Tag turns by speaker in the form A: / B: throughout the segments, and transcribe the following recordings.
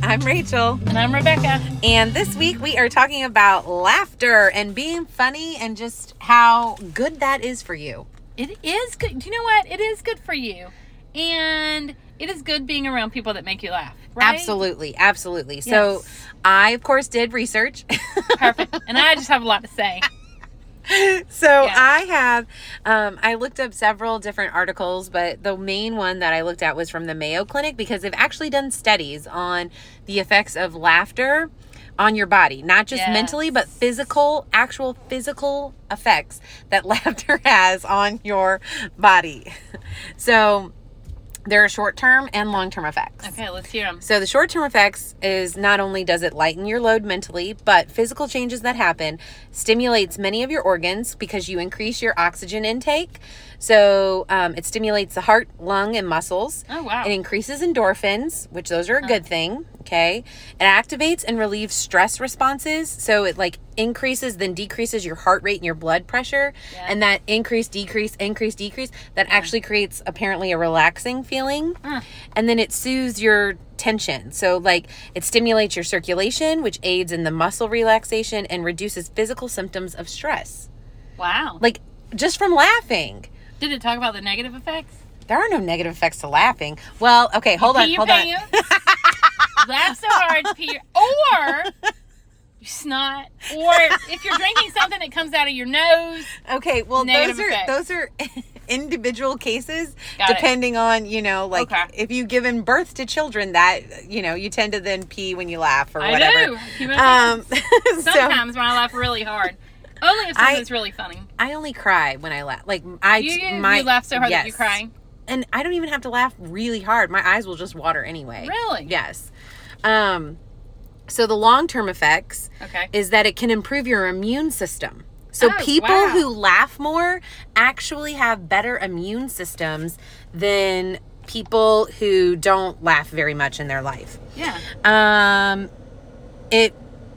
A: I'm Rachel.
B: And I'm Rebecca.
A: And this week we are talking about laughter and being funny and just how good that is for you.
B: It is good. Do you know what? It is good for you. And it is good being around people that make you laugh. Right?
A: Absolutely. Absolutely. So
B: Yes.
A: I, of course, did research.
B: Perfect. And I just have a lot to say.
A: so
B: Yeah.
A: I have, um, I looked up several different articles, but the main one that I looked at was from the Mayo Clinic because they've actually done studies on the effects of laughter on your body, not just
B: Yes.
A: mentally, but physical, actual physical effects that laughter has on your body. So there are short term and long term effects.
B: Okay, let's hear them.
A: Um, So the short-term effects is not only does it lighten your load mentally, but physical changes that happen stimulates many of your organs because you increase your oxygen intake. So um, it stimulates the heart, lung, and muscles.
B: Oh, wow.
A: It increases endorphins, which those are
B: Uh-huh.
A: a good thing. Okay. It activates and relieves stress responses. So it like increases, then decreases your heart rate and your blood pressure.
B: Yeah.
A: And that increase, decrease, increase, decrease, that actually creates apparently a relaxing feeling. And then it soothes your tension. So like it stimulates your circulation, which aids in the muscle relaxation and reduces physical symptoms of stress.
B: Wow.
A: Like just from laughing.
B: Did it talk about the negative effects?
A: There are no negative effects to laughing. Well, okay, hold on,
B: pee your
A: hold on.
B: pants. Laugh so hard, pee your, or you snot, or if you're drinking something that comes out of your nose.
A: Okay, well
B: Negative
A: those are
B: effects.
A: those are individual cases
B: Got it.
A: depending on, you know, like
B: Okay.
A: if you've given birth to children that, you know, you tend to then pee when you laugh or
B: I
A: whatever.
B: do. Human
A: Um so
B: Sometimes when I laugh really hard, only if
A: I-
B: something's really funny.
A: I only cry when I laugh. Like I
B: You, you,
A: my
B: you laugh so hard that you
A: yes.
B: cry.
A: And I don't even have to laugh really hard. My eyes will just water anyway.
B: Really?
A: Yes. Um so the long-term effects
B: Okay.
A: is that it can improve your immune system. So
B: Oh,
A: people
B: wow.
A: who laugh more actually have better immune systems than people who don't laugh very much in their life.
B: Yeah.
A: Um, it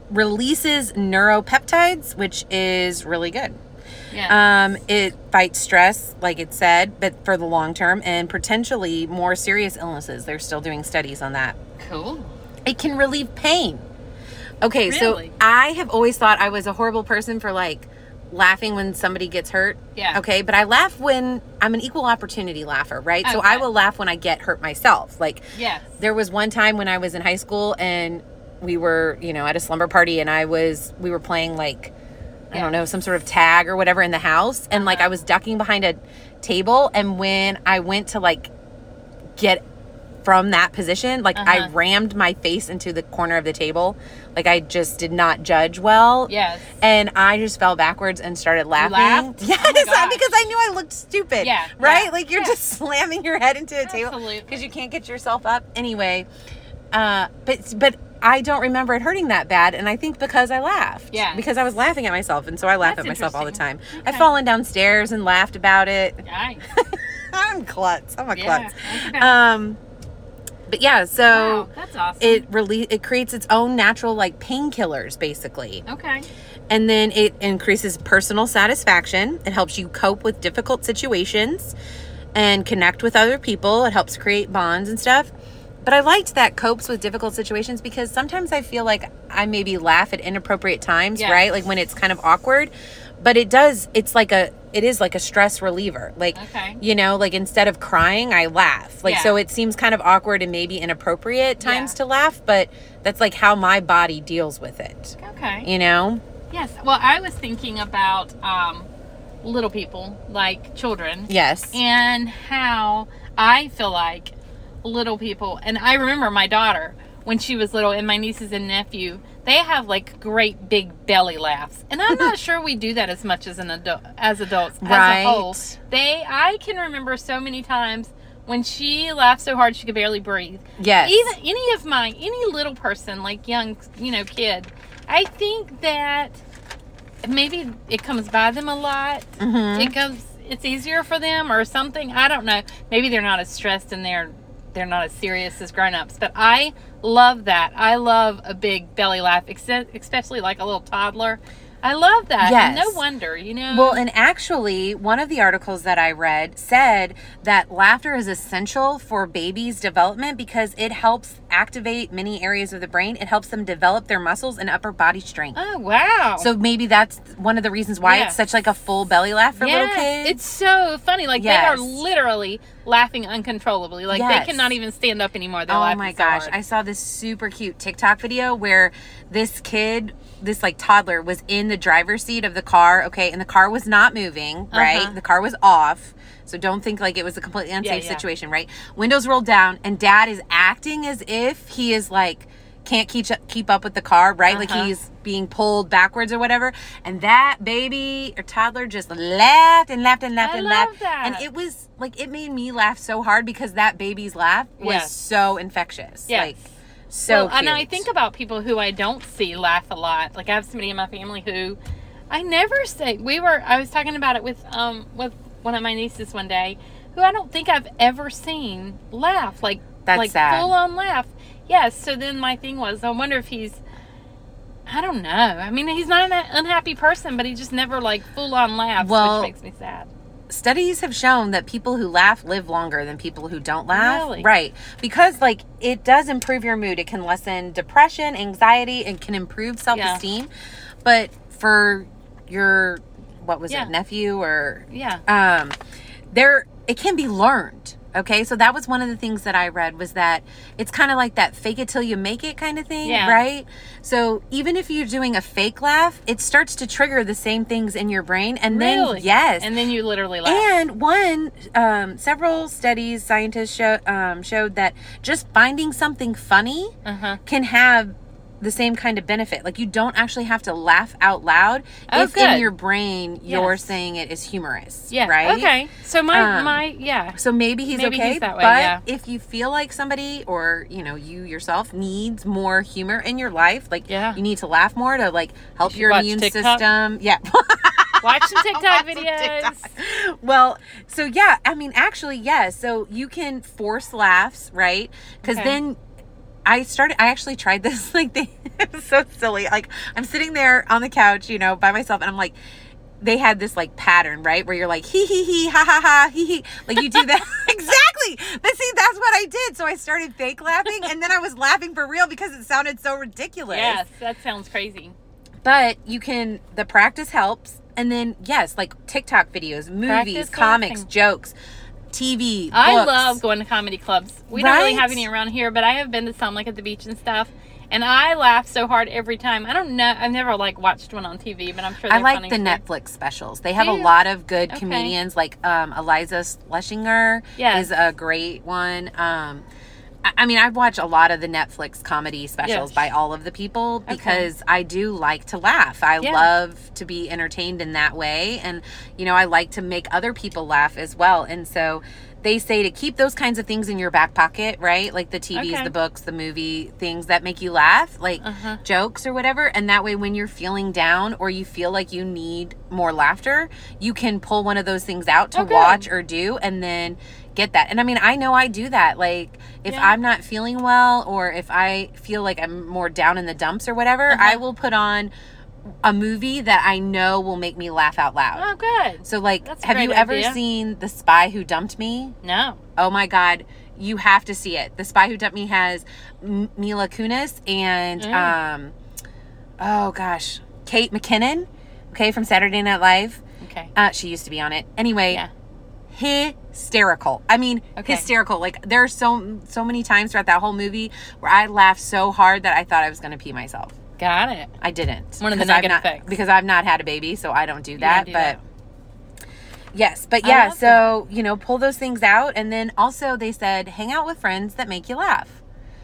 A: releases neuropeptides, which is really good.
B: Yeah.
A: Um, it fights stress, like it said, but for the long term and potentially more serious illnesses. They're still doing studies on that
B: cool.
A: it can relieve pain. Okay, so
B: Really?
A: I have always thought I was a horrible person for like laughing when somebody gets hurt.
B: Yeah.
A: Okay, but I laugh when I'm an equal opportunity laugher, right? So
B: Okay.
A: I will laugh when I get hurt myself. Like
B: Yes.
A: there was one time when I was in high school and we were, you know, at a slumber party and I was we were playing like I don't
B: Yeah. Uh-huh.
A: know, some sort of tag or whatever in the house and like I was ducking behind a table and when I went to like get from that position, like I
B: Uh-huh.
A: rammed my face into the corner of the table. Like I just did not judge well.
B: Yes.
A: And I just fell backwards and started laughing.
B: laughed?
A: Yes, uh,
B: Oh my gosh.
A: because I knew I looked stupid.
B: Yeah,
A: Right?
B: yeah,
A: Like you're
B: yeah.
A: just slamming your head into a table
B: Absolutely.
A: because you can't get yourself up anyway. Uh, but but I don't remember it hurting that bad, and I think because I laughed.
B: Yeah.
A: Because I was laughing at myself, and so I laugh
B: That's
A: at myself all the time.
B: interesting.
A: I've
B: Okay.
A: fallen downstairs and laughed about it.
B: Nice.
A: I'm klutz. I'm a
B: Yeah.
A: klutz.
B: Okay.
A: Um, but yeah, so
B: wow, that's awesome.
A: it really it creates its own natural like painkillers basically,
B: okay.
A: and then it increases personal satisfaction. It helps you cope with difficult situations and connect with other people. It helps create bonds and stuff. But I liked that copes with difficult situations because sometimes I feel like I maybe laugh at inappropriate times,
B: Yeah.
A: right? Like when it's kind of awkward. But it does, it's like a, it is like a stress reliever. Like,
B: Okay.
A: you know, like instead of crying, I laugh. Like,
B: Yeah.
A: so it seems kind of awkward and maybe inappropriate times to laugh, but that's like how my body deals with it,
B: Okay.
A: you know?
B: Yes. Well, I was thinking about um, little people, like children,
A: Yes.
B: and how I feel like little people. And I remember my daughter when she was little, and my nieces and nephew. They have like great big belly laughs, and I'm not sure we do that as much as an adult as adults as a whole.
A: Right.
B: They, I can remember so many times when she laughed so hard she could barely breathe.
A: Yes.
B: Even any of my any little person, like young, you know, kid, I think that maybe it comes by them a lot.
A: Mhm.
B: It comes, it's easier for them or something. I don't know. Maybe they're not as stressed and they're they're not as serious as grown-ups. But I love that. I love a big belly laugh, except, especially like a little toddler. I love that.
A: Yes.
B: No wonder, you know.
A: Well, and actually, one of the articles that I read said that laughter is essential for babies' development because it helps activate many areas of the brain. It helps them develop their muscles and upper body strength.
B: oh wow.
A: So maybe that's one of the reasons why
B: Yeah.
A: it's such like a full belly laugh for little
B: Yes,
A: kids.
B: It's so funny. Like
A: Yes.
B: they are literally laughing uncontrollably. Like
A: Yes.
B: they cannot even stand up anymore. They're
A: Oh
B: laughing
A: my
B: so
A: gosh,
B: hard.
A: I saw this super cute TikTok video where this kid, this like toddler, was in the driver's seat of the car, okay, and the car was not moving, right?
B: Uh-huh.
A: The car was off. So don't think like it was a completely unsafe
B: yeah.
A: situation, right? Windows rolled down, and dad is acting as if he is like, can't keep keep up with the car, right? Like
B: Uh-huh.
A: he's being pulled backwards or whatever. And that baby or toddler just laughed and laughed and laughed
B: I
A: and
B: love
A: laughed.
B: that.
A: And it was like it made me laugh so hard because that baby's laugh was
B: Yes.
A: so infectious.
B: Yes.
A: Like so
B: well, and I
A: cute.
B: think about people who I don't see laugh a lot. Like I have somebody in my family who I never say. We were. I was talking about it with um with one of my nieces one day, who I don't think I've ever seen laugh like
A: That's
B: like
A: sad.
B: full on laugh. Yes. So then my thing was, I wonder if he's. I don't know. I mean, he's not an unhappy person, but he just never like full on laughs,
A: Well,
B: which makes me sad.
A: studies have shown that people who laugh live longer than people who don't laugh.
B: Really?
A: Right. Because like it does improve your mood. It can lessen depression, anxiety, and can improve self esteem. But for your what was
B: Yeah.
A: it, nephew or
B: Yeah.
A: um, there it can be learned okay so that was one of the things that i read was that it's kind of like that fake it till you make it kind of thing
B: Yeah.
A: right so even if you're doing a fake laugh it starts to trigger the same things in your brain and
B: Really?
A: then yes
B: And then you literally laugh.
A: and one, um, several studies, scientists show, um, showed that just finding something funny
B: uh-huh.
A: can have the same kind of benefit. Like you don't actually have to laugh out loud
B: Oh,
A: if in
B: good.
A: your brain you're
B: Yes.
A: saying it is humorous.
B: Yeah.
A: Right.
B: Okay. So my
A: Um,
B: my yeah.
A: So maybe he's
B: Maybe
A: okay.
B: he's that way,
A: but
B: yeah.
A: if you feel like somebody or you know you yourself needs more humor in your life, like
B: Yeah.
A: you need to laugh more to like help
B: should
A: your
B: watch
A: immune
B: TikTok.
A: system. Yeah.
B: Watch some TikTok
A: Lots of
B: videos.
A: TikTok. Well, so yeah, I mean, actually, yeah. So you can force laughs, right? Because
B: Okay.
A: then I started. I actually tried this. Like, they, it was so silly. Like, I'm sitting there on the couch, you know, by myself, and I'm like. They had this like pattern, right? Where you're like, hee hee hee, ha ha ha, hee hee. Like you do that. exactly. But see, that's what I did. So I started fake laughing and then I was laughing for real because it sounded so ridiculous
B: Yes, that sounds crazy.
A: but you can the practice helps and then yes like tiktok videos movies
B: Practice
A: comics
B: laughing.
A: jokes tv
B: I
A: books.
B: love going to comedy clubs. We don't really
A: Right?
B: have any around here, but I have been to some like at the beach and stuff. And I laugh so hard every time. I don't know. I've never like watched one on TV, but I'm sure. They're
A: i like
B: funny
A: the
B: too.
A: netflix specials they have
B: Do
A: a
B: you?
A: lot of good
B: Okay.
A: comedians like um, eliza schlesinger
B: Yes.
A: is a great one um, I- I mean, I watch a lot of the Netflix comedy specials
B: Yes.
A: by all of the people
B: Okay.
A: because I do like to laugh. I
B: Yeah.
A: love to be entertained in that way. And, you know, I like to make other people laugh as well. And so they say to keep those kinds of things in your back pocket, right? Like the TVs,
B: Okay.
A: the books, the movie, things that make you laugh, like
B: Uh-huh.
A: jokes or whatever. And that way, when you're feeling down or you feel like you need more laughter, you can pull one of those things out to
B: Oh, good.
A: watch or do and then get that. And I mean, I know I do that. Like, if
B: Yeah.
A: I'm not feeling well or if I feel like I'm more down in the dumps or whatever,
B: Uh-huh.
A: I will put on a movie that I know will make me laugh out loud.
B: Oh, good.
A: So, like,
B: That's a
A: have
B: great
A: you ever
B: idea.
A: seen The Spy Who Dumped Me?
B: No.
A: Oh my God, you have to see it. The Spy Who Dumped Me has M- Mila Kunis and,
B: Mm.
A: um, oh gosh, Kate McKinnon, okay, from Saturday Night Live.
B: Okay.
A: Uh, she used to be on it. Anyway,
B: Yeah.
A: hysterical. I mean,
B: Okay.
A: hysterical. Like there are so so many times throughout that whole movie where I laughed so hard that I thought I was going to pee myself.
B: Got it.
A: I didn't.
B: One of the
A: because I've
B: negative
A: not-
B: effects.
A: because I've not had a baby, so I don't do that.
B: do
A: but
B: that.
A: yes, but
B: I
A: yeah.
B: love
A: So you know, pull those things out, and then also they said hang out with friends that make you laugh.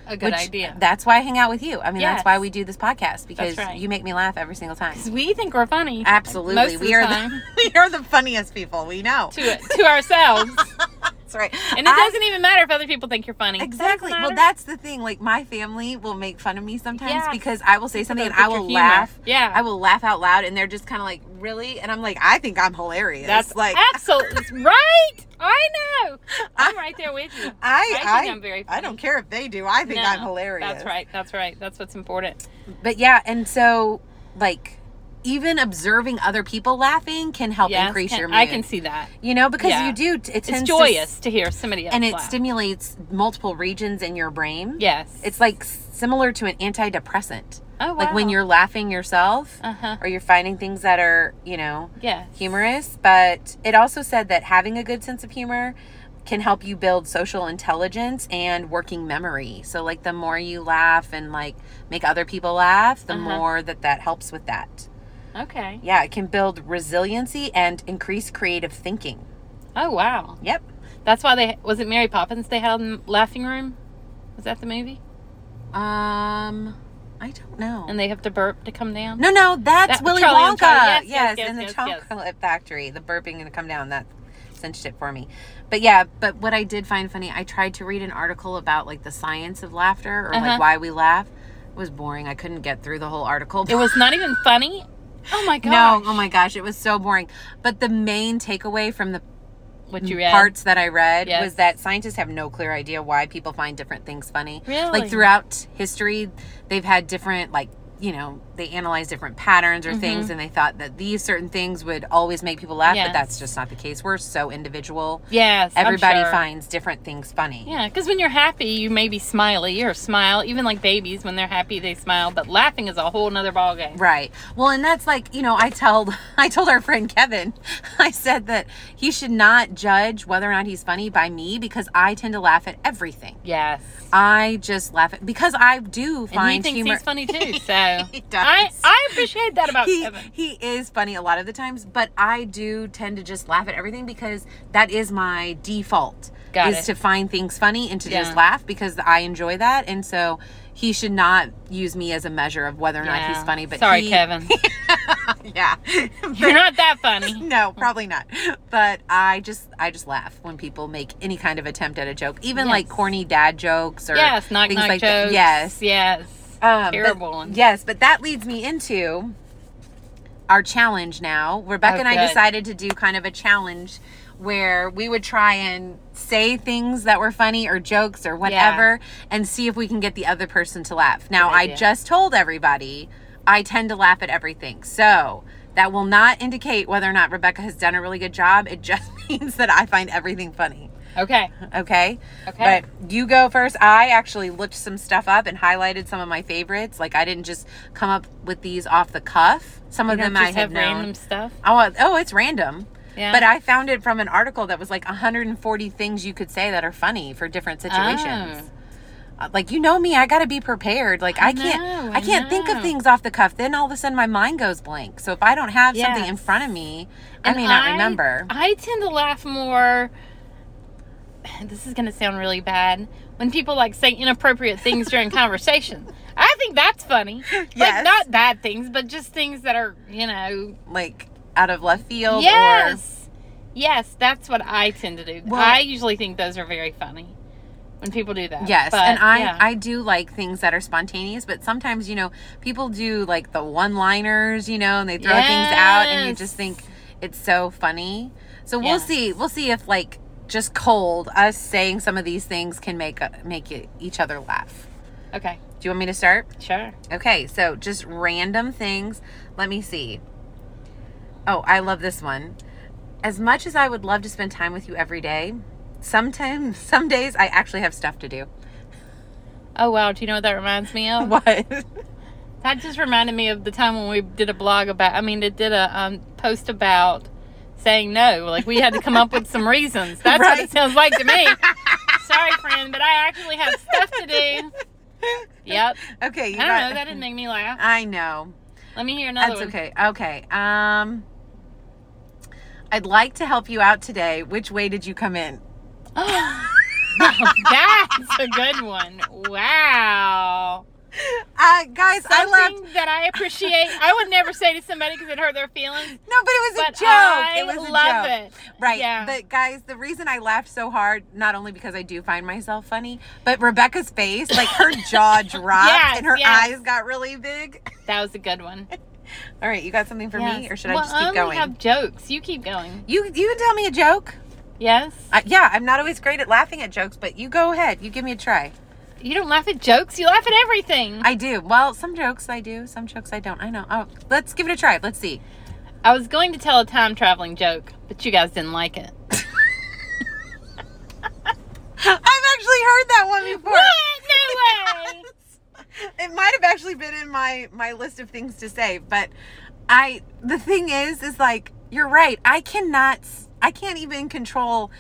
B: A good
A: which-
B: idea.
A: That's why I hang out with you. I mean, that's
B: Yes.
A: why we do this podcast because
B: right.
A: you make me laugh every single time.
B: 'Cause we think we're funny.
A: Absolutely,
B: Most of
A: we
B: the
A: are
B: time.
A: the we are the funniest people we know.
B: to to ourselves,
A: That's right,
B: and it doesn't even matter if other people think you're funny.
A: Exactly. Well,
B: matter.
A: that's the thing. Like my family will make fun of me sometimes
B: Yes.
A: because I will say something and
B: don't
A: I
B: think
A: will
B: you're humor.
A: laugh.
B: Yeah.
A: I will laugh out loud, and they're just kind of like, "Really?" And I'm like, "I think I'm hilarious."
B: That's
A: like
B: absolutely right. I know. I'm right there with you.
A: I,
B: think
A: I,
B: I'm very
A: I
B: funny.
A: don't care if they do. I think I'm
B: No,
A: hilarious.
B: That's right. That's right. That's what's important.
A: But yeah, and so like even observing other people laughing can help
B: Yes,
A: increase
B: can-
A: your mood.
B: I can see that.
A: you know, because
B: yeah.
A: you do. t- It
B: It's
A: tends
B: joyous
A: to,
B: to, hear somebody else
A: s- and it
B: laugh.
A: stimulates multiple regions in your brain.
B: yes.
A: it's like s- similar to an antidepressant.
B: oh,
A: Like when
B: wow.
A: you're laughing yourself,
B: uh-huh.
A: or you're finding things that are, you know,
B: yes.
A: humorous, but it also said that having a good sense of humor can help you build social intelligence and working memory. So like the more you laugh and like make other people laugh, the
B: Uh-huh.
A: more that that helps with that.
B: Okay.
A: Yeah, it can build resiliency and increase creative thinking.
B: Oh wow.
A: Yep.
B: That's why they was it Mary Poppins they had in the laughing room? Was that the movie?
A: Um I don't know.
B: And they have to burp to come down?
A: no, no, that's
B: That-
A: Willy
B: Charlie
A: Wonka.
B: and Charlie.
A: Yes,
B: Yes, yes, yes,
A: in the
B: yes, yes.
A: chocolate factory. The burping and the come down that cinched it for me. But yeah, but what I did find funny, I tried to read an article about like the science of laughter or
B: Uh-huh.
A: like why we laugh. It was boring. I couldn't get through the whole article.
B: It was not even funny? Oh my
A: no,
B: god.
A: oh my gosh, it was so boring. But the main takeaway from the
B: What you read?
A: parts that I read
B: Yes.
A: was that scientists have no clear idea why people find different things funny.
B: Really?
A: Like throughout history, they've had different like you know they analyzed different patterns or
B: Mm-hmm.
A: things, and they thought that these certain things would always make people laugh,
B: Yes.
A: but that's just not the case. We're so individual.
B: Yes. I'm
A: Everybody
B: sure.
A: finds different things funny.
B: Yeah, because when you're happy, you may be smiley or smile. Even like babies, when they're happy, they smile. But laughing is a whole nother ballgame.
A: Right. Well, and that's like, you know, I told I told our friend Kevin, I said that he should not judge whether or not he's funny by me because I tend to laugh at everything.
B: Yes.
A: I just laugh at because I do
B: And
A: find
B: he thinks
A: humor.
B: he's funny too. So I
A: He does.
B: I appreciate that about
A: he,
B: Kevin.
A: he is funny a lot of the times, but I do tend to just laugh at everything because that is my default.
B: Got
A: is
B: it.
A: to find things funny and to
B: Yeah.
A: just laugh because I enjoy that, and so he should not use me as a measure of whether or not he's
B: Yeah.
A: funny. But
B: sorry,
A: he-
B: Kevin,
A: yeah,
B: you're not that funny.
A: no, probably not. But I just I just laugh when people make any kind of attempt at a joke, even like
B: Yes.
A: corny dad jokes or
B: Yes, knock
A: things
B: knock
A: like that.
B: jokes.
A: Yes.
B: yes.
A: Um, but-
B: Terrible one.
A: Yes, but that leads me into our challenge now. Rebecca
B: Oh,
A: and I
B: good.
A: decided to do kind of a challenge where we would try and say things that were funny or jokes or whatever and see if we can get the other person to laugh. Now,
B: Good
A: I
B: idea.
A: just told everybody I tend to laugh at everything. So. That will not indicate whether or not Rebecca has done a really good job. It just means that I find everything funny.
B: Okay.
A: Okay.
B: Okay.
A: But you go first. I actually looked some stuff up and highlighted some of my favorites. Like I didn't just come up with these off the cuff. Some of
B: You don't
A: them I
B: just
A: had
B: have
A: known.
B: random stuff.
A: I want, oh, it's random.
B: Yeah.
A: But I found it from an article that was like 140 things you could say that are funny for different situations. Uh, Like you know me, I got to be prepared. Like I,
B: Oh. I
A: can't,
B: know,
A: I
B: I
A: can't think of
B: know.
A: things off the cuff. Then all of a sudden my mind goes blank. So if I don't have something in
B: Yes.
A: front of me, I
B: And
A: may not remember.
B: I tend to laugh more. This is going to sound really bad when people like say inappropriate things during conversation. I think that's funny.
A: Yes.
B: Like not bad things, but just things that are you know.
A: like out of left field. Or,
B: Yes. Yes, that's what I tend to do.
A: Well-
B: I usually think those are very funny when people do that.
A: Yes,
B: But,
A: and I
B: yeah.
A: I do like things that are spontaneous, but sometimes you know people do like the one-liners, you know, and they throw things out, and you
B: Yes.
A: just think it's so funny. So we'll
B: Yes.
A: see, we'll see if like just cold us saying some of these things can make uh, make it, each other laugh.
B: okay,
A: Do you want me to start?
B: sure.
A: Okay, so just random things. Let me see. Oh, I love this one. As much as I would love to spend time with you every day, sometimes some days I actually have stuff to do.
B: Oh wow, do you know what that reminds me of?
A: What?
B: That just reminded me of the time when we did a blog about. I mean, it did a um, post about saying no. Like we had to come up with some reasons. That's what
A: Right.
B: it sounds like to me. Sorry, friend, but I actually have stuff to do. Yep.
A: Okay, you
B: I don't
A: got-
B: know. That didn't make me laugh.
A: I know.
B: Let me hear another
A: That's
B: one.
A: okay. Okay. Um I'd like to help you out today. Which way did you come in?
B: That's a good one. Wow.
A: Uh guys, I laughed.
B: Something that I appreciate. I would never say to somebody because it hurt their feelings.
A: No, but it was
B: But
A: a joke.
B: I
A: it was a
B: love
A: joke.
B: it.
A: Right.
B: Yeah.
A: But guys, the reason I laughed so hard, not only because I do find myself funny, but Rebecca's face, like her jaw dropped
B: Yes,
A: and her
B: yes.
A: eyes got really big.
B: That was a good one.
A: All right, you got something for me
B: Yes.
A: or should I
B: Well,
A: just keep
B: only
A: going?
B: have jokes. You keep going.
A: You you can tell me a joke.
B: Yes.
A: Uh, yeah, I'm not always great at laughing at jokes, but you go ahead. You give me a try.
B: You don't laugh at jokes. You laugh at everything. I,
A: I do. Well, some jokes I do, some jokes I don't. I know. Oh, let's give it a try. Let's see.
B: was going to tell a time traveling joke, but you guys didn't like it.
A: I've actually heard that one before.
B: What? No way.
A: it might have actually been in my my list of things to say, but I the thing is is like you're right. I cannot s- I can't even control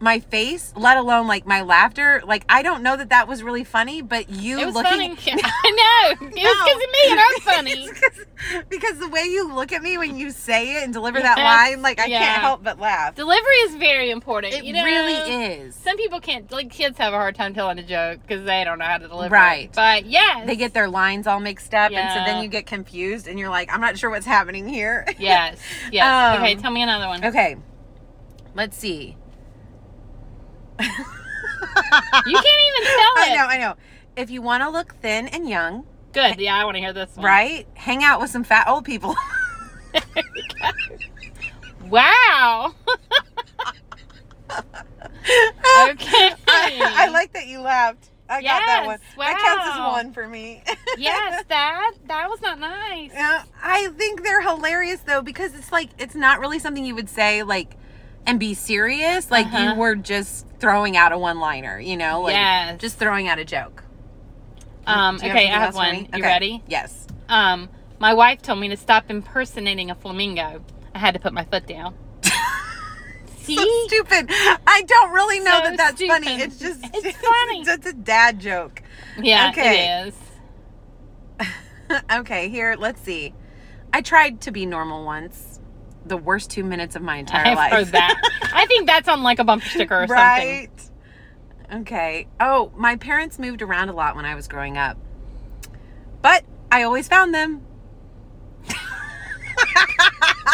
A: my face, let alone like my laughter. Like I don't know that that was really funny, but you
B: It was
A: looking
B: funny. I know. It was because of me, and I'm funny.
A: It's 'cause- because the way you look at me when you say it and deliver that
B: Yes,
A: line, like I
B: yeah.
A: can't help but laugh.
B: Delivery is very important.
A: It
B: you know?
A: really is.
B: Some people can't, like kids have a hard time telling a joke because they don't know how to deliver. it.
A: Right.
B: But yes.
A: They get their lines all mixed up, and so
B: Yeah.
A: then you get confused, and you're like, I'm not sure what's happening here.
B: Yes. Yes.
A: Um,
B: okay, tell me another one.
A: Okay. Let's see. you can't
B: You can't even tell it.
A: I know, I know. If you want to look thin and young,
B: Good. Yeah, I want to hear this one.
A: right? Hang out with some fat old people.
B: Wow. Okay.
A: I, I like that you laughed. I got that one. That
B: Yes,
A: counts as
B: wow.
A: one for me.
B: yes, that that was not nice.
A: Yeah, Uh, I think they're hilarious though because it's like it's not really something you would say like and be serious. Like
B: Uh-huh.
A: you were just throwing out a one-liner, you know, like
B: Yes.
A: just throwing out a joke.
B: Um,
A: Do you
B: okay,
A: something
B: I have
A: else for
B: one.
A: me?
B: You
A: Okay.
B: ready?
A: Yes.
B: Um, my wife told me to stop impersonating a flamingo. I had to put my foot down. See?
A: So stupid. I don't really know
B: So
A: that that's funny.
B: stupid.
A: It's just
B: It's funny.
A: just a dad joke.
B: yeah,
A: Okay.
B: it is.
A: okay, here, let's see. I tried to be normal once. The worst 2 minutes of my entire
B: I've
A: life.
B: heard that. I think that's on like a bumper sticker or
A: right. Okay. Oh, my parents moved around a lot when I was growing up. But I always found them.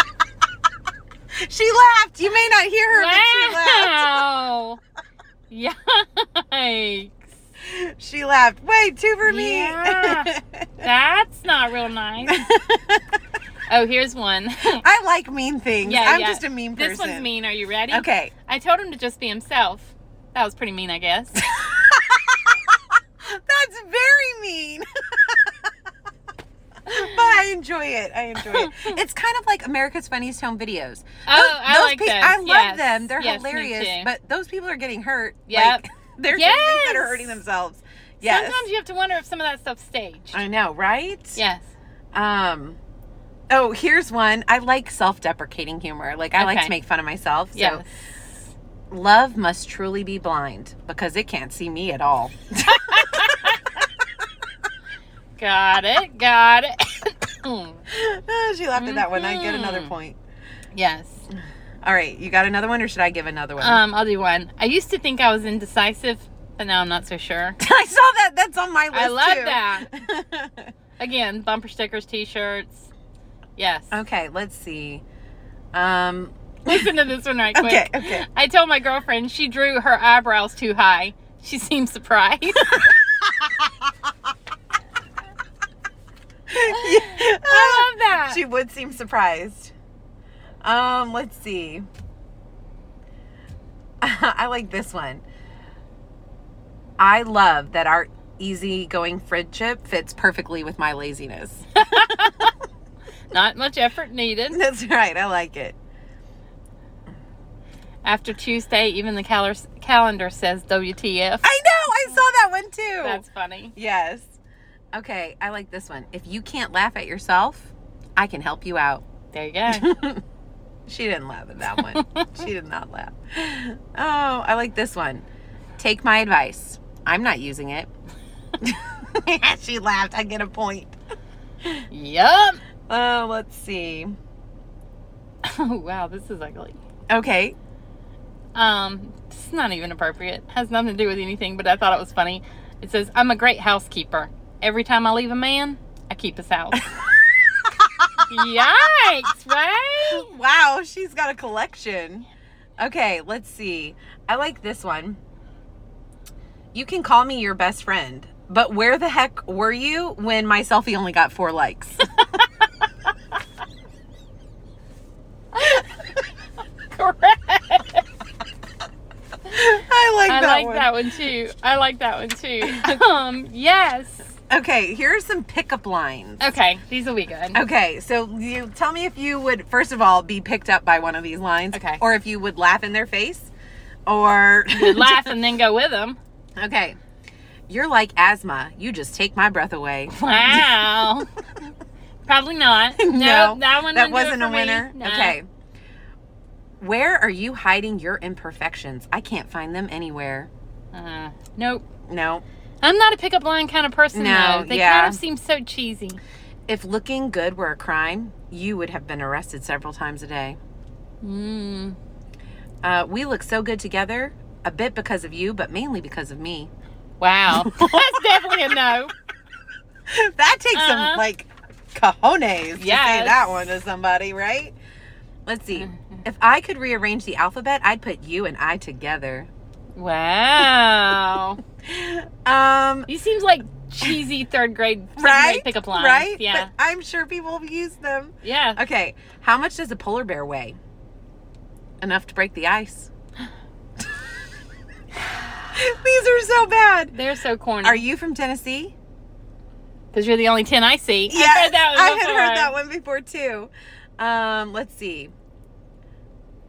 A: she laughed. You may not hear her, but she laughed.
B: something. Wow. Yikes.
A: She laughed. Wait, two for me.
B: Yeah. That's not real nice. Oh, here's one.
A: I like mean things.
B: Yeah,
A: I'm
B: yeah.
A: just a mean person.
B: this one's mean. Are you ready?
A: Okay.
B: I told him to just be himself. That was pretty mean, I guess.
A: That's very mean. but I enjoy it. I enjoy it. It's kind of like America's Funniest Home Videos.
B: Oh, I like
A: pe-
B: those.
A: I love
B: Yes.
A: them. They're
B: Yes, me
A: hilarious.
B: too.
A: But those people are getting hurt.
B: Yep.
A: Like, they're doing
B: Yes.
A: things that are hurting themselves. Yes.
B: Sometimes you have to wonder if some of that stuff's staged.
A: I know, right?
B: yes.
A: Um. Oh, here's one. I like self-deprecating humor. Like I like
B: Okay.
A: to make fun of myself. So
B: Yes.
A: love must truly be blind because it can't see me at all.
B: Got it. Mm, Got it.
A: Ah, she laughed at that one. I get another
B: Mhm.
A: point.
B: yes.
A: All right, you got another one, or should I give another one?
B: Um, I'll do one. I used to think I was indecisive, but now I'm not so sure.
A: I saw that. That's on my list.
B: I love
A: too.
B: that. Again, bumper stickers, t-shirts. Yes.
A: okay, let's see. Um,
B: Listen to this one right quick.
A: okay, okay.
B: I told my girlfriend she drew her eyebrows too high. She seemed surprised. I love that.
A: She would seem surprised. Um, let's see. I like this one. I love that our easygoing friendship fits perfectly with my laziness.
B: Not much effort needed.
A: That's right. I like it.
B: After Tuesday, even the cal- calendar says WTF.
A: I know. I saw that one too.
B: That's funny.
A: yes. Okay, I like this one. If you can't laugh at yourself, I can help you out.
B: There you go.
A: she didn't laugh at that one. she did not laugh. Oh, I like this one. Take my advice. I'm not using it. she laughed. I get a point.
B: yup.
A: Oh, let's see.
B: Oh, wow, this is ugly.
A: Okay.
B: Um, this is not even appropriate. Has nothing to do with anything, but I thought it was funny. It says, I'm a great housekeeper. Every time I leave a man, I keep his house. Yikes, right?
A: Wow, she's got a collection. Okay, let's see. I like this one. You can call me your best friend, but where the heck were you when my selfie only got four likes?
B: Correct.
A: I like
B: I
A: that
B: like
A: one.
B: that one too. I like that one too. Um, yes.
A: Okay, here are some pickup lines.
B: Okay, these will be good.
A: Okay, so you tell me if you would first of all be picked up by one of these lines,
B: Okay.
A: or if you would laugh in their face, or
B: Laugh and then go with them.
A: Okay, you're like asthma. You just take my breath away.
B: Wow. Probably not. No, that one.
A: that
B: wouldn't do it
A: wasn't
B: for
A: a
B: me.
A: winner.
B: No.
A: Okay. Where are you hiding your imperfections? I can't find them anywhere.
B: Uh, nope.
A: No.
B: I'm not a pickup line kind of person
A: No,
B: though. They
A: yeah.
B: kind of seem so cheesy.
A: If looking good were a crime, you would have been arrested several times a day.
B: Mm.
A: Uh, we look so good together, a bit because of you, but mainly because of me.
B: Wow. That's definitely a no.
A: that takes
B: Uh-uh.
A: some like cojones to say
B: Yes.
A: that one to somebody, right? Let's see. If I could rearrange the alphabet, I'd put you and I together.
B: Wow.
A: Um,
B: These seems like cheesy third grade second grade
A: right?
B: pickup lines.
A: Right?
B: Yeah.
A: But I'm sure people have used them.
B: yeah.
A: Okay. How much does a polar bear weigh? Enough to break the ice. These are so bad.
B: They're so corny.
A: Are you from Tennessee?
B: Because you're the only 10 I see. I've
A: Yes,
B: heard that one
A: I had
B: before.
A: heard that one before too. Um, let's see.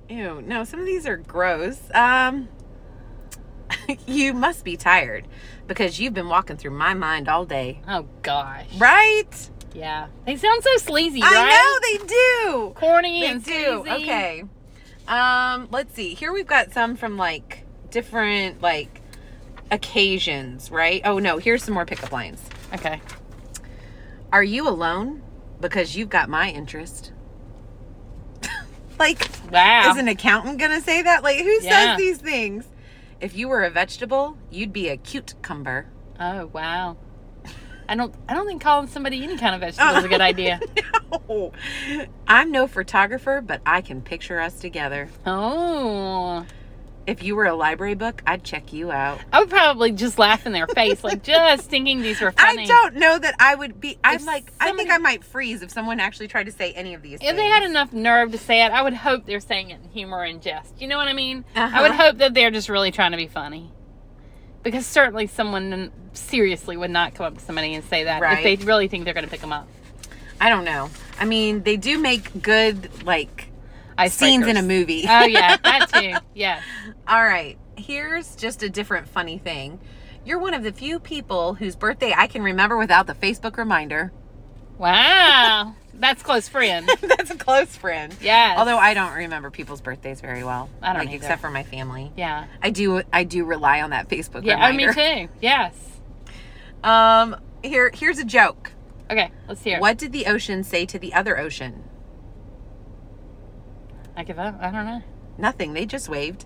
A: Ew, no, some of these are gross. Um, you must be tired because you've been walking through my mind all day,
B: Oh, gosh.
A: right?
B: Yeah. They sound so sleazy, right?
A: I know they do.
B: Corny
A: They
B: and
A: do.
B: sleazy.
A: Okay. Um, let's see. Here we've got some from like different like occasions, right? Oh no, here's some more pickup lines.
B: Okay.
A: Are you alone? Because you've got my interest. like,
B: Wow.
A: is an accountant gonna say that? Like, who
B: Yeah.
A: says these things? If you were a vegetable, you'd be a cucumber.
B: oh, wow. I don't. I don't think calling somebody any kind of vegetable is a good idea.
A: No. I'm no photographer, but I can picture us together.
B: Oh,
A: If you were a library book, I'd check you out.
B: I would probably just laugh in their face, like just thinking these were funny.
A: I don't know that I would be. I'm
B: If
A: like, I
B: somebody-
A: think I might freeze if someone actually tried to say any of these.
B: If they had enough nerve to say it, I would hope they're saying it in humor and jest. You know what I mean? I would
A: Uh-huh.
B: hope that they're just really trying to be funny. Because certainly someone seriously would not come up to somebody and say that if
A: Right.
B: they really think they're going to pick them up.
A: I don't know. I mean, they do make good like
B: Icebreakers.
A: scenes in a movie.
B: oh, yeah, that too. Yes.
A: All right, here's just a different funny thing. You're one of the few people whose birthday I can remember without the Facebook reminder.
B: Wow. That's close friend.
A: That's a close friend.
B: Yes.
A: Although I don't remember people's birthdays very well.
B: I don't
A: like,
B: either.
A: except for my family.
B: Yeah.
A: I do I do rely on that Facebook
B: Yeah. Oh,
A: reminder.
B: me too. Yes.
A: too. Um here here's a joke.
B: Okay, let's hear. it.
A: What did the ocean say to the other ocean?
B: I give up. I don't know.
A: Nothing. They just waved.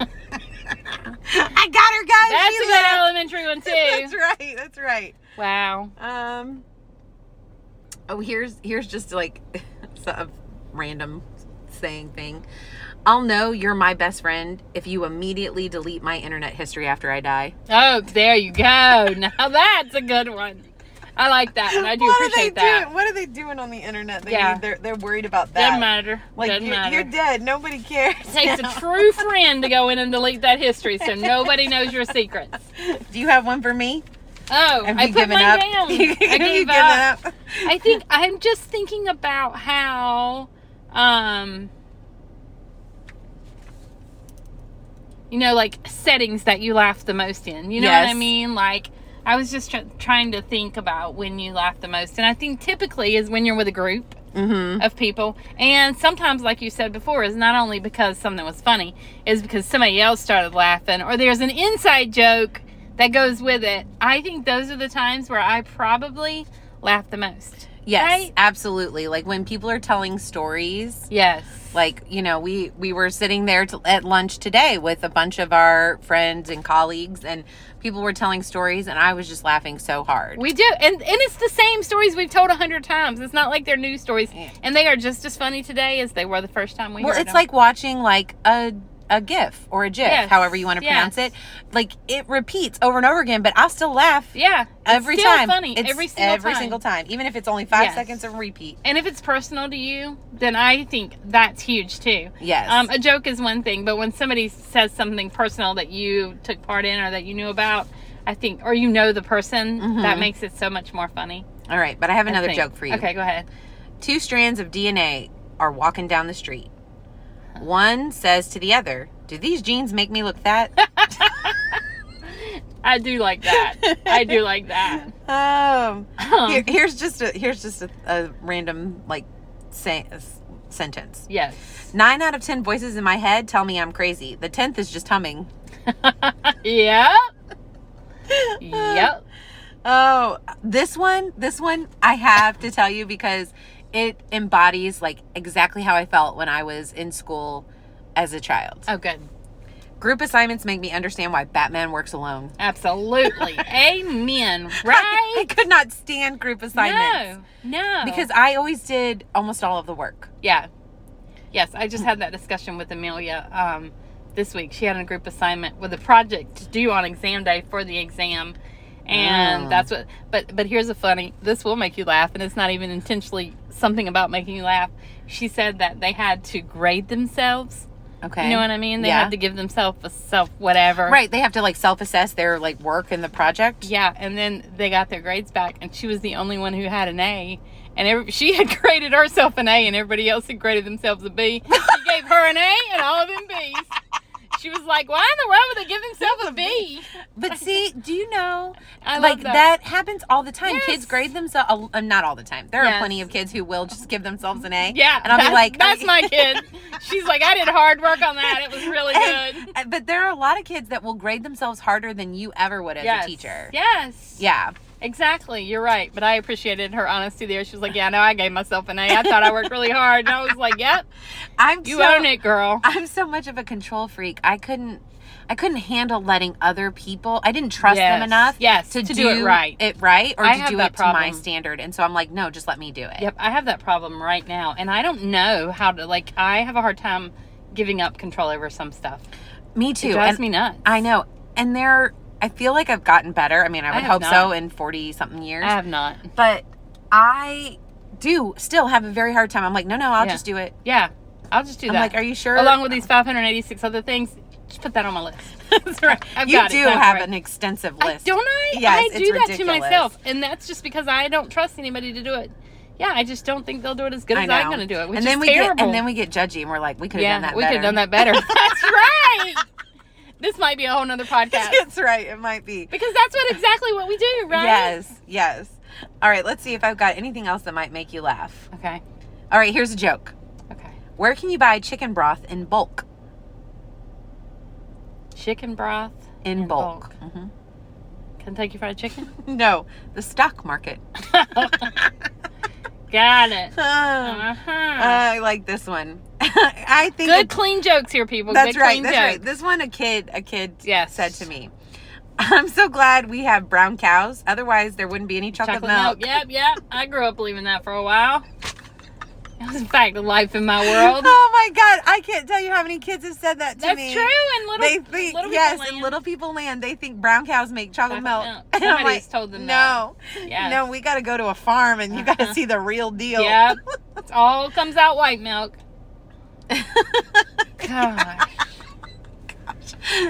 A: I got her guys.
B: That's
A: She
B: a good
A: laughed.
B: elementary one too.
A: That's right. That's right.
B: Wow.
A: Um. Oh, here's here's just like a random saying thing. I'll know you're my best friend if you immediately delete my internet history after I die.
B: Oh, there you go. Now that's a good one. I like that one. I do
A: what
B: appreciate
A: are they
B: that.
A: doing? What are they doing on the internet? They,
B: Yeah.
A: they're they're worried about that.
B: Doesn't matter.
A: Like
B: Doesn't
A: you're,
B: matter.
A: you're dead. Nobody cares.
B: it takes
A: now.
B: a true friend to go in and delete that history so nobody knows your secrets.
A: Do you have one for me?
B: Oh,
A: Have
B: I
A: you
B: put
A: given
B: mine
A: up?
B: down.
A: Have you
B: I gave
A: given
B: up.
A: up?
B: I think I'm just thinking about how, um, you know, like settings that you laugh the most in. You know what I
A: Yes.
B: mean? Like, I was just tr- trying to think about when you laugh the most. And I think typically is when you're with a group
A: Mm-hmm.
B: of people. And sometimes, like you said before, is not only because something was funny, is because somebody else started laughing or there's an inside joke that goes with it. I think those are the times where I probably laugh the most.
A: Yes,
B: Right?
A: absolutely. Like when people are telling stories,
B: Yes.
A: like you know we we were sitting there to, at lunch today with a bunch of our friends and colleagues and people were telling stories and i was just laughing so hard
B: We do, and and it's the same stories we've told a hundred times. It's not like they're new stories,
A: Yeah.
B: and they are just as funny today as they were the first time we.
A: well
B: heard
A: it's
B: them.
A: like watching like a a GIF or a GIF,
B: Yes,
A: however you want to
B: yes.
A: pronounce it. Like it repeats over and over again, but I still laugh
B: Yeah. It's
A: every
B: still
A: time.
B: funny.
A: It's
B: every single
A: every
B: time.
A: single time, even if it's only five
B: Yes.
A: seconds of repeat.
B: And if it's personal to you, then I think that's huge too.
A: Yes.
B: Um, a joke is one thing, but when somebody says something personal that you took part in or that you knew about, I think, or you know the person,
A: Mhm.
B: that makes it so much more funny.
A: All right, but I have
B: I
A: another
B: think.
A: joke for you.
B: Okay, go ahead.
A: Two strands of DNA are walking down the street. One says to the other, "Do these jeans make me look fat?"
B: I do like that. I do like that.
A: Um,
B: Um,
A: here- here's just a here's just a, a random like say, s- sentence.
B: yes.
A: Nine out of ten voices in my head tell me I'm crazy. The tenth is just humming.
B: Yep. Yep.
A: Oh, this one, this one, I have to tell you because it embodies like exactly how I felt when I was in school as a child.
B: Oh, good.
A: Group assignments make me understand why Batman works alone.
B: Absolutely. Amen. Right?
A: I could not stand group assignments
B: No. Oh. No.
A: because I always did almost all of the work.
B: Yeah. Yes, I just had that discussion with Amelia um, this week. She had a group assignment with a project to do on exam day for the exam. And
A: Mm.
B: that's what but but here's a funny this will make you laugh and it's not even intentionally something about making you laugh. She said that they had to grade themselves.
A: Okay.
B: You know what I mean? They
A: Yeah.
B: had to give themselves a self whatever.
A: Right, they have to like self-assess their like work in the project.
B: Yeah, and then they got their grades back, and she was the only one who had an A. And every, she had graded herself an A, and everybody else had graded themselves a B. She gave her an A and all of them Bs. She was like, "Why in the world would they give themselves a B?"
A: But see, do you know
B: I
A: like
B: love
A: that. happens all the time. Kids
B: Yes.
A: grade themselves uh, not all the time. There are
B: Yes.
A: plenty of kids who will just give themselves an A.
B: Yeah,
A: And I'll be
B: that's-
A: like,
B: "That's
A: "Are
B: my kid." She's like, "I did hard work on that. It was really
A: And-
B: good."
A: you-" But there are a lot of kids that will grade themselves harder than you ever would as
B: Yes.
A: a teacher.
B: Yes.
A: Yeah.
B: Exactly. You're right. But I appreciated her honesty there. She was like, "Yeah, no, I gave myself an A. I thought I worked really hard." And I was like, "Yep,
A: I'm
B: you
A: so,
B: own it, girl."
A: I'm so much of a control freak. I couldn't I couldn't handle letting other people. I didn't trust them
B: Yes.
A: enough
B: Yes,
A: to,
B: to do it right.
A: It right or
B: I
A: to
B: have
A: do
B: that
A: it to my
B: problem.
A: standard. And so I'm like, "No, just let me do it."
B: Yep, I have that problem right now, and I don't know how to like. I have a hard time giving up control over some stuff.
A: Me too.
B: It
A: And-
B: drives me nuts.
A: I know. And there, I feel like I've gotten better. I mean, I
B: I
A: would
B: have
A: hope so
B: not.
A: in 40 something years.
B: I have not.
A: but I do still have a very hard time. I'm like, no, no, I'll
B: Yeah.
A: just do it.
B: Yeah, I'll just do
A: I'm
B: that.
A: like, are you sure?
B: Along with these 586 other things, just put that on my list.
A: That's right.
B: I've
A: you
B: got it.
A: do
B: Don't
A: have
B: worry.
A: an extensive
B: I,
A: list.
B: don't I?
A: Yes,
B: I
A: it's
B: do that to
A: ridiculous.
B: myself, and that's just because I don't trust anybody to do it. Yeah, I just don't think they'll do it as good
A: I
B: as I'm
A: know.
B: going to do it, which
A: and then
B: is
A: we
B: terrible.
A: get and then we get judgy and we're like, we could have
B: yeah,
A: done that
B: we
A: better.
B: could have done that better. that's right. This might be a whole nother podcast
A: That's right. It might be.
B: because that's what exactly what we do, right?
A: Yes. Yes. All right. Let's see if I've got anything else that might make you laugh.
B: Okay.
A: All right. Here's a joke.
B: Okay.
A: Where can you buy chicken broth in bulk?
B: Chicken broth,
A: In,
B: In
A: bulk.
B: bulk.
A: Mhm.
B: Kentucky Fried Chicken.
A: No, the stock market.
B: Oh. Got it.
A: Um,
B: Uh-huh.
A: I like this one. I think
B: Good clean jokes here, people.
A: that's
B: Good
A: right.
B: Clean
A: That's right.
B: jokes.
A: This one, a kid, a kid
B: Yes.
A: said to me, "I'm so glad we have brown cows. Otherwise, there wouldn't be any chocolate, milk."
B: Yep, yep. I grew up believing that for a while. It was in fact the life in my world.
A: Oh my god! I can't tell you how many kids have said that to
B: That's
A: me.
B: true. And little,
A: they think
B: little
A: yes,
B: people
A: in
B: land.
A: little people land, they think brown cows make chocolate,
B: Chocolate
A: milk.
B: milk.
A: And I'm
B: Somebody's
A: like,
B: told them that.
A: no,
B: Yes.
A: no, we got to go to a farm and you got to
B: Uh-huh.
A: see the real deal.
B: Yep. It all comes out white milk. Gosh.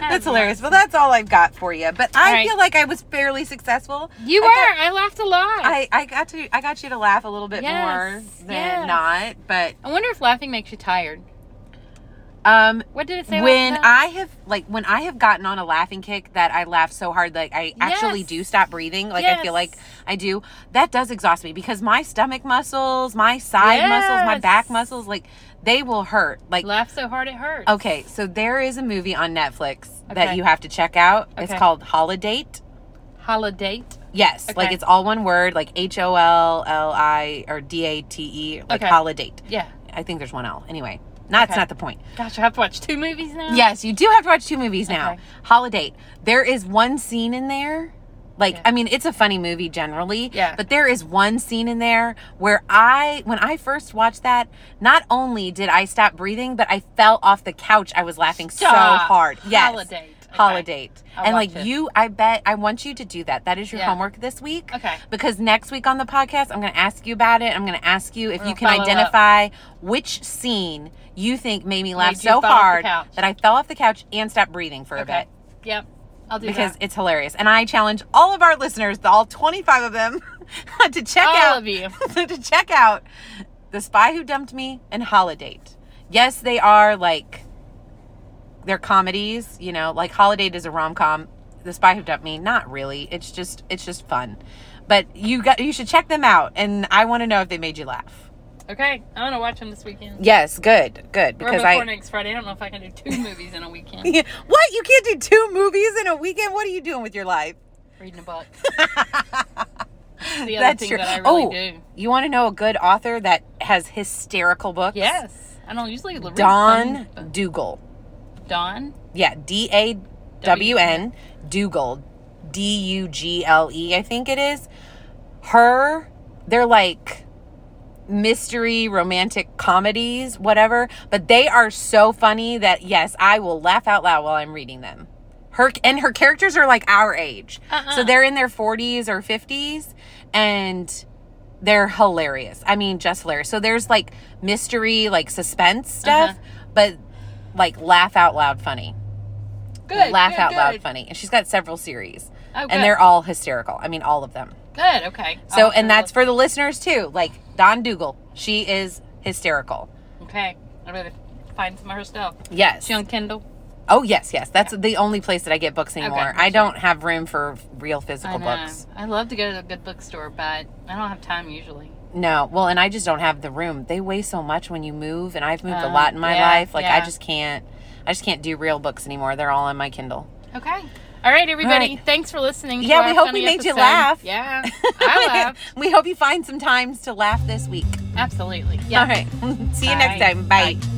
A: That's hilarious. Well, that's all I've got for you. But I
B: All right.
A: feel like I was fairly successful.
B: You
A: I
B: were.
A: got-
B: I laughed a lot. I,
A: I, I got to I got you to laugh a little bit
B: Yes,
A: more than
B: yes.
A: not, but
B: wonder if laughing makes you tired.
A: um
B: What did it say?
A: when
B: last time?
A: I have like when I have gotten on a laughing kick that I laugh so hard like I actually
B: Yes.
A: do stop breathing, like I feel
B: Yes.
A: like I do, that does exhaust me because my stomach muscles, my side muscles, my back
B: Yes.
A: muscles, like they will hurt. Like
B: laugh so hard it hurts.
A: okay, so there is a movie on Netflix that
B: Okay.
A: you have to check out. It's
B: Okay.
A: called Holiday.
B: Holiday.
A: Yes, like
B: Okay.
A: it's all one word, like H O L L I or D A T E, like
B: Okay.
A: holiday.
B: Yeah.
A: I think there's one L. Anyway, that's
B: Okay.
A: not the point.
B: Gosh, I have to watch two movies now.
A: Yes, you do have to watch two movies now.
B: Okay.
A: Holiday. There is one scene in there Like,
B: Yeah.
A: I mean, it's a funny movie generally.
B: Yeah.
A: But there is one scene in there where I, when I first watched that, not only did I stop breathing, but I fell off the couch. I was laughing
B: Stop.
A: so hard. Yes.
B: Holiday. Okay.
A: Holiday.
B: I'll
A: and
B: watch
A: like
B: it.
A: you, I bet I want you to do that. That is your
B: Yeah.
A: homework this week.
B: Okay.
A: Because next week on the podcast, I'm going to ask you about it. I'm going to ask you if
B: We're
A: you
B: gonna
A: can
B: follow up.
A: identify which scene you think made me laugh
B: Made you
A: so
B: fall off the
A: hard
B: couch.
A: that I fell off the couch and stopped breathing for a
B: Okay.
A: bit
B: Yep. I'll do
A: because
B: that.
A: it's hilarious. And I challenge all of our listeners, all 25 of them, to check
B: All
A: out
B: of you.
A: to check out The Spy Who Dumped Me and Holiday. Yes, they are like they're comedies, you know, like Holiday is a rom-com. The Spy Who Dumped Me, not really. It's just it's just fun. But you got you should check them out and I want to know if they made you laugh.
B: Okay. I'm going to watch them this weekend.
A: Yes, good. Good
B: Or
A: because
B: before
A: I
B: next Friday. I don't know if I can do two movies in a weekend.
A: yeah. What? You can't do two movies in a weekend? What are you doing with your life?
B: Reading a book. It's the other thing that I really
A: oh,
B: do.
A: you want to know a good author that has hysterical books?
B: Yes. I don't usually read
A: Don
B: some-
A: Dougal.
B: Dawn.
A: Yeah, D A W N Dougal, D U G L E, I think it is. Her, they're like mystery romantic comedies, whatever, but they are so funny that yes, I will laugh out loud while I'm reading them. Her and her characters are like our age.
B: Uh-uh.
A: So they're in their 40s or 50s and they're hilarious. I mean, just hilarious. So there's like mystery, like suspense stuff, but like laugh out loud funny.
B: Good.
A: laugh
B: good,
A: out loud
B: good.
A: funny. And she's got several series.
B: Oh, good. Oh,
A: And they're all hysterical. I mean, all of them.
B: good. Okay.
A: So,
B: I'll have to
A: and that's
B: look.
A: for the listeners too. Like Don Dougal, she is hysterical.
B: Okay. I better find some of her stuff.
A: Yes.
B: She on Kindle.
A: Oh, yes, yes. That's the only place that I get books anymore. I
B: sure.
A: don't have room for real
B: I
A: physical
B: know.
A: books.
B: I love to go to a good bookstore, but I don't have time usually.
A: No. Well, and I just don't have the room. They weigh so much when you move, and I've moved a
B: Um,
A: lot in my
B: yeah,
A: life. Like, I
B: yeah.
A: just can't. I just can't do real books anymore. They're all on my Kindle.
B: Okay. All right, everybody.
A: All right.
B: Thanks for listening. to
A: Yeah, we
B: our
A: hope
B: funny
A: we made you
B: episode.
A: laugh.
B: Yeah, I laughed.
A: we hope you find some times to laugh this week.
B: Absolutely. Yeah.
A: All right. See you next
B: Bye.
A: time. Bye.
B: Bye.